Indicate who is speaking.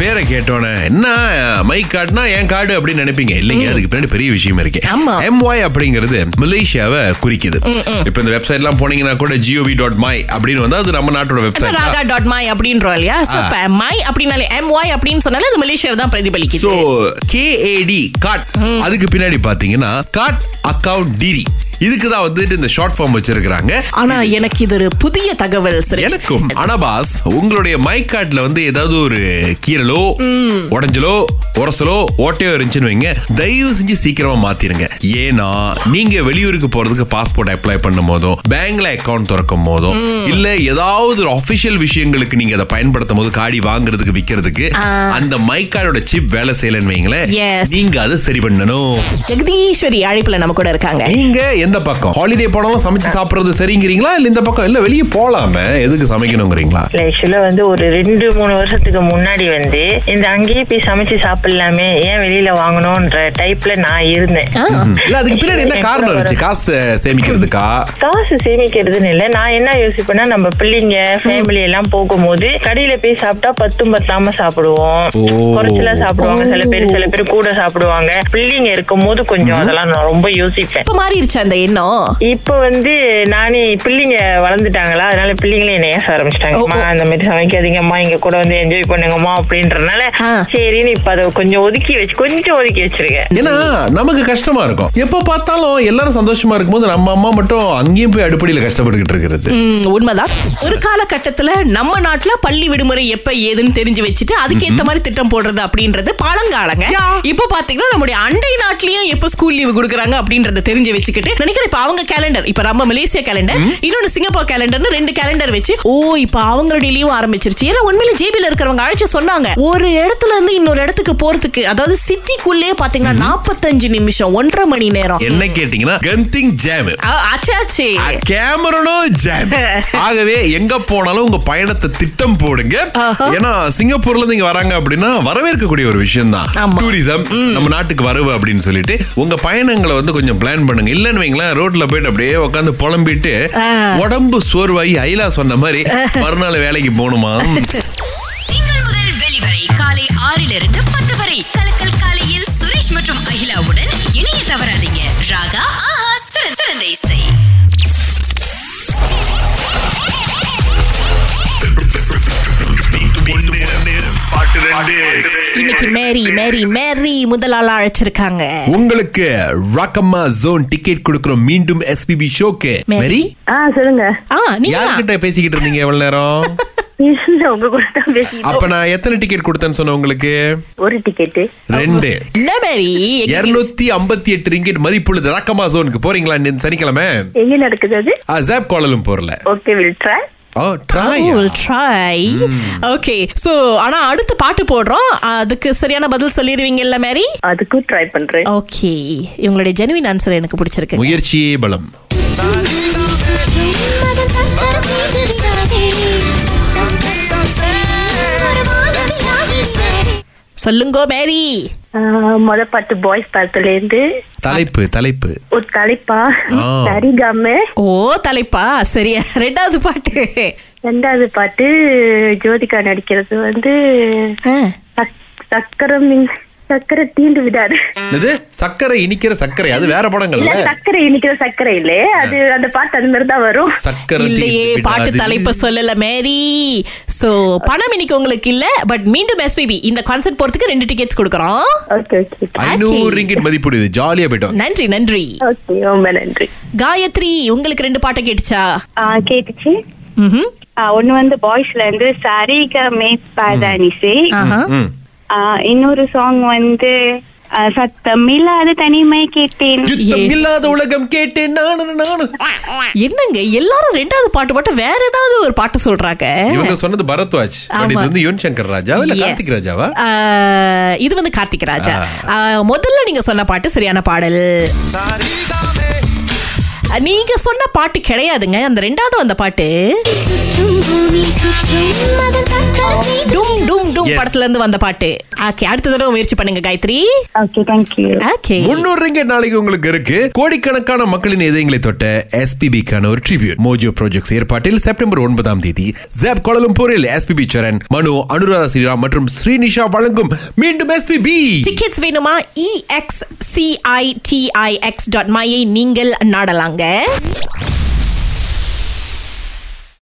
Speaker 1: பேரை கேட்டோன்னே என்ன மை கார்டுனா என் கார்டு அப்படின்னு நினைப்பீங்க இல்லைங்க அதுக்கு பின்னாடி பெரிய விஷயம் இருக்கு
Speaker 2: ஆமா.
Speaker 1: எம்ஒய் அப்படிங்கிறது மலேசியாவை குறிக்குது இப்போ இந்த வெப்சைட்லாம் போனீங்கன்னா கூட ஜிஓவி டாட் மை அப்படின்னு வந்தா அது நம்ம நாட்டோட
Speaker 2: இப்ப
Speaker 1: வெப்சைட்
Speaker 2: ராகா டாட் மை அப்படின்றோம் இல்லையா சோ இப்ப மை அப்படின்னாலே எம் ஒய் அப்படின்னு சொன்னாலே அது மலேசியாவை தான்
Speaker 1: சோ
Speaker 2: பிரதிபலிக்குது
Speaker 1: கேஏடி காட் அதுக்கு பின்னாடி பாத்தீங்கன்னா காட் அக்கவுண்ட் டிரி இதுக்கு தான் வந்துட்டு இந்த ஷார்ட் ஃபார்ம் வச்சிருக்கிறாங்க
Speaker 2: ஆனா எனக்கு இது ஒரு புதிய தகவல் சுரேஷ்
Speaker 1: எனக்கும் ஆனா பாஸ் உங்களுடைய மை கார்ட்ல வந்து ஏதாவது ஒரு கீரலோ உடஞ்சலோ உரசலோ ஓட்டையோ இருந்துச்சுன்னு வைங்க தயவு செஞ்சு சீக்கிரமா மாத்திருங்க ஏன்னா நீங்க வெளியூருக்கு போறதுக்கு பாஸ்போர்ட் அப்ளை பண்ணும் போதும் பேங்க்ல அக்கவுண்ட் திறக்கும் போதும் இல்ல ஏதாவது ஒரு அபிஷியல் விஷயங்களுக்கு நீங்க அதை பயன்படுத்தும் போது காடி வாங்குறதுக்கு விக்கிறதுக்கு அந்த மை கார்டோட சிப் வேலை செய்யலன்னு வைங்களேன்
Speaker 2: Yes.
Speaker 1: நீங்க அதை சரி பண்ணணும்
Speaker 2: ஜெகதீஸ்வரி அழைப்புல நம்ம கூட இருக்காங்க
Speaker 1: நீங்க எந்த பக்கம் ஹாலிடே போனாலும் சமைச்சு சாப்பிடுறது சரிங்கிறீங்களா இல்ல இந்த பக்கம் இல்ல வெளியே போலாமே எதுக்கு சமைக்கணுங்கிறீங்களா
Speaker 3: இல்ல ஆக்சுவலா வந்து ஒரு ரெண்டு மூணு வருஷத்துக்கு முன்னாடி வந்து இந்த அங்கேயே போய் சமைச்சு சாப்பிடலாமே ஏன் வெளியில வாங்கணும்ன்ற டைப்ல நான் இருந்தேன்
Speaker 2: ஆ.
Speaker 1: இல்ல அதுக்கு பின்னாடி என்ன காரணம் இருந்துச்சு காசு அஹ், சேமிக்கிறதுக்கா
Speaker 3: காசு சேமிக்கிறதுன்னு இல்ல நான் என்ன யோசிப்பேன்னா நம்ம பிள்ளைங்க ஃபேமிலி எல்லாம் போகும்போது கடையில போய் சாப்பிட்டா பத்தும் பத்தாம சாப்பிடுவோம்
Speaker 1: ஓ.
Speaker 3: குறைச்சலா சாப்பிடுவாங்க சில பேர் சில பேர் கூட சாப்பிடுவாங்க பிள்ளைங்க இருக்கும்போது கொஞ்சம் அதெல்லாம் நான் ரொம்ப யோசிப்பேன்
Speaker 2: இப்ப மாறிடுச்சு அந்த எண்ணம்
Speaker 3: இப்ப வந்து நானே பிள்ளைங்க வளர்ந்துட்டாங்களா அதனால பிள்ளைங்களே என்ன ஏச
Speaker 2: ஓ, ஓ.
Speaker 3: ஆரம்பிச்சிட்டாங்கம்மா அந்த மாதிரி சமைக்காதீங்கம்மா இங்க கூட வந்து என்ஜாய் பண்ணுங்கம்மா அப்படின்றனால
Speaker 2: ஆ.
Speaker 3: சரின்னு இப்ப அதை கொஞ்சம் ஒதுக்கி வச்சு கொஞ்சம் ஒதுக்கி வச்சிருக்கேன்
Speaker 1: ஏன்னா நமக்கு கஷ்டமா இருக்கும் எப்ப பார்த்தாலும் எல்லாரும் சந்தோஷமா இருக்கும்போது நம்ம அம்மா மட்டும் அங்கேயும் போய் அடுப்படியில கஷ்டப்பட்டுக்கிட்டு இருக்கிறது
Speaker 2: ம், உண்மைதான் ஒரு காலகட்டத்துல நம்ம நாட்டுல பள்ளி விடுமுறை எப்ப ஏதுன்னு தெரிஞ்சு வச்சுட்டு அதுக்கேத்த மாதிரி திட்டம் போடுறது அப்படின்றது பழங்காலங்க இப்ப பாத்தீங்கன்னா நம்முடைய அண்டை நாட்டிலயும் எப்ப ஸ்கூல் லீவு கொடுக்குறாங்க அப்படின்றத தெரிஞ்சு வச்சுக்கிட்டு நினைக்கிறேன் இப்ப அவங்க கேலண்டர் இப்ப நம்ம மலேசியா கேலண்டர் இன்னொன்னு சிங்கப்பூர் கேலண்டர்னு ரெண்டு கேலண்டர் வச்சு ஓ இப்ப அவங்களுடைய லீவு ஆரம்பிச்சிருச்சு ஏன்னா உண்மையில ஜேபில இருக்கிறவங்க அழைச்சு சொன்னாங்க ஒரு இடத்துல இருந்து இன்னொரு இடத்துக்கு போறதுக்கு அதாவது சிட்டிக்குள்ளேயே பாத்தீங்கன்னா நாற்பத்தஞ்சு நிமிஷம் ஒன்றரை மணி நேரம்
Speaker 1: என்ன கேட்டீங்கன்னா கந்திங் ஜாம்
Speaker 2: அ- அச்சாச்சே
Speaker 1: கேமரனும் ஜாம் ஆகவே எங்க போனாலும் உங்க பயணத்தை திட்டம் போடுங்க
Speaker 2: ஆஹா.
Speaker 1: ஏன்னா சிங்கப்பூர்ல இருந்து இங்க வராங்க அப்படின்னா வரவேற்கக்கூடிய ஒரு விஷயம் தான்
Speaker 2: ஆமா.
Speaker 1: டூரிசம் நம்ம நாட்டுக்கு வரவு அப்படின்னு சொல்லிட்டு உங்க பயணங்களை வந்து கொஞ்சம் பிளான் பண்ணுங்க இல்லன்னு வைங்களேன் ரோட்ல போயிட்டு அப்படியே உட்காந்து புலம்பிட்டு
Speaker 2: ஆ.
Speaker 1: உடம்பு சோர்வாகி ஐலா சொன்ன மாதிரி மறுநாள் வேலைக்கு போகணுமா
Speaker 4: திங்கள் முதல் வெளிவரை காலை ஆறிலிருந்து பத்து வரை கலக்கல் காலையில் சுரேஷ் மற்றும் அகிலாவுடன் இணைய தவறாதீங்க ராகா ஆஹா சிறந்த சிறந்த இசை
Speaker 5: பாட்டு ரெண்டு
Speaker 2: இன்னைக்கு மேரி மேரி மேரி முதலாளா அழைச்சிருக்காங்க
Speaker 1: உங்களுக்கு ராக்கம்மா ஜோன் டிக்கெட் கொடுக்குறோம் மீண்டும் எஸ்பிபி ஷோக்கு
Speaker 2: மேரி.
Speaker 1: மேரி
Speaker 6: ஆ சொல்லுங்க
Speaker 2: ஆ நீங்க
Speaker 1: யார்கிட்ட பேசிக்கிட்டு இருந்தீங்க எவ்வளவு நேரம்
Speaker 6: இல்ல உங்க கூட தான் பேசிட்டு
Speaker 1: அப்ப நான் எத்தனை டிக்கெட் கொடுத்தேன்னு சொன்னேன் உங்களுக்கு
Speaker 6: ஒரு டிக்கெட்
Speaker 1: ரெண்டு
Speaker 2: என்ன மேரி
Speaker 1: இருநூத்தி ஐம்பத்தி எட்டு ரிங்கிட் மதிப்புள்ளது ராக்கம்மா ஜோனுக்கு போறீங்களா இந்த சனிக்கிழமை
Speaker 6: எங்க நடக்குது அது
Speaker 1: ஆ, ஜாப் கோலலும் போறல
Speaker 6: okay will try
Speaker 1: oh try
Speaker 2: try okay so ஆனா அடுத்து பாட்டு போடுறோம் அதுக்கு சரியான பதில் சொல்லிடுவீங்கல்ல மேரி
Speaker 6: அதுக்கும் ட்ரை பண்றேன்
Speaker 2: ஓகே இவங்களுடைய ஜெனுவின் ஆன்சர் எனக்கு பிடிச்சிருக்கு
Speaker 1: முயற்சியே பலம்
Speaker 2: சொல்லுங்க மேரி
Speaker 6: ஆ, முத பாட்டு பாய்ஸ் பாட்டுல இருந்து
Speaker 1: தலைப்பு தலைப்பு
Speaker 6: ஒரு தலைப்பா
Speaker 1: ஆ.
Speaker 6: சரிகாம
Speaker 2: ஓ தலைப்பா சரியா ரெண்டாவது பாட்டு
Speaker 6: ரெண்டாவது பாட்டு ஜோதிகா நடிக்கிறது வந்து
Speaker 2: ஆ.
Speaker 6: சக்- சக்கரம் இன்- சக்கரை தீண்டு விடாது
Speaker 1: இது சக்கரை இனிக்கிற சக்கரை அது வேற
Speaker 6: இல்ல
Speaker 1: படங்கள்ல
Speaker 6: சக்கரை இனிக்கிற சக்கரை இல்ல அது அந்த பாட்டு அந்த மாதிரி தான் வரும்
Speaker 1: சக்கரை
Speaker 2: இல்லையே
Speaker 1: தீர்த்து
Speaker 2: பாட்டு
Speaker 1: விடாது.
Speaker 2: தலைப்ப சொல்லல மேரி சோ பணம் இன்னைக்கு உங்களுக்கு இல்ல பட் மீண்டும் எஸ்பிபி இந்த கான்செர்ட் போறதுக்கு ரெண்டு டிக்கெட்ஸ் கொடுக்குறோம்
Speaker 6: ஓகே ஓகே
Speaker 1: ஐநூறு ரிங்கிட் மதிப்புடையது ஜாலியா போயிட்டு வாங்க.
Speaker 2: நன்றி நன்றி
Speaker 6: ஓகே ரொம்ப நன்றி
Speaker 2: காயத்ரி உங்களுக்கு ரெண்டு பாட்டை கேட்டுச்சா
Speaker 7: ஆ, கேட்டுச்சு
Speaker 2: ம்ஹும்.
Speaker 7: ஆ, ஒண்ணு வந்து பாய்ஸ்ல இருந்து சரிகமே பதனிசே
Speaker 2: ஆஹா.
Speaker 1: ம்.
Speaker 7: ஆ, இன்னொரு சாங் வந்து ஆ, சத்தம் இல்லாத தனிமை கேட்டேன்
Speaker 1: யுத்தம் இல்லாத உலகம் கேட்டேன் நானு நானு
Speaker 2: என்னங்க எல்லாரும் ரெண்டாவது பாட்டு மட்டும் வேற ஏதாவது ஒரு பாட்டு சொல்றாங்க
Speaker 1: இவங்க சொன்னது பரத்வாஜ்
Speaker 2: ஆமா.
Speaker 1: பட் இது வந்து யுவன் சங்கர் ராஜா இல்ல
Speaker 2: Yes.
Speaker 1: கார்த்திக் ராஜாவா
Speaker 2: ஆ, இது வந்து கார்த்திக் ராஜா ஆ, முதல்ல நீங்க சொன்ன பாட்டு சரியான பாடல் ஆ, நீங்க சொன்ன பாட்டு கிடையாதுங்க அந்த ரெண்டாவது வந்த பாட்டு
Speaker 8: சுற்றும் பூமி சுற்றும் மகன் சக்கரத்தை
Speaker 2: டும் டும் டும்
Speaker 1: Yes.
Speaker 2: படத்துல இருந்து வந்த பாட்டு ஓகே அடுத்த தடவை முயற்சி பண்ணுங்க காயத்ரி
Speaker 7: ஓகே தேங்க்யூ
Speaker 2: ஓகே
Speaker 1: முன்னூறு ரிங்கெட் நாளைக்கு உங்களுக்கு இருக்கு கோடிக்கணக்கான மக்களின் இதயங்களை தொட்ட எஸ்பிபிக்கான ஒரு ட்ரிபியூட் மோஜோ ப்ராஜெக்ட்ஸ் ஏற்பாட்டில் செப்டம்பர் ஒன்பதாம் தேதி ஜாப் கோலம்பூரில் எஸ்பிபி சரண் மனு அனுராதா ஸ்ரீராம் மற்றும் ஸ்ரீனிஷா வழங்கும் மீண்டும் எஸ்பிபி
Speaker 2: டிக்கெட்ஸ் வேணுமா E இஎக்ஸ் சிஐடிஐஎக்ஸ் டாட் மையை நீங்கள் நாடலாங்க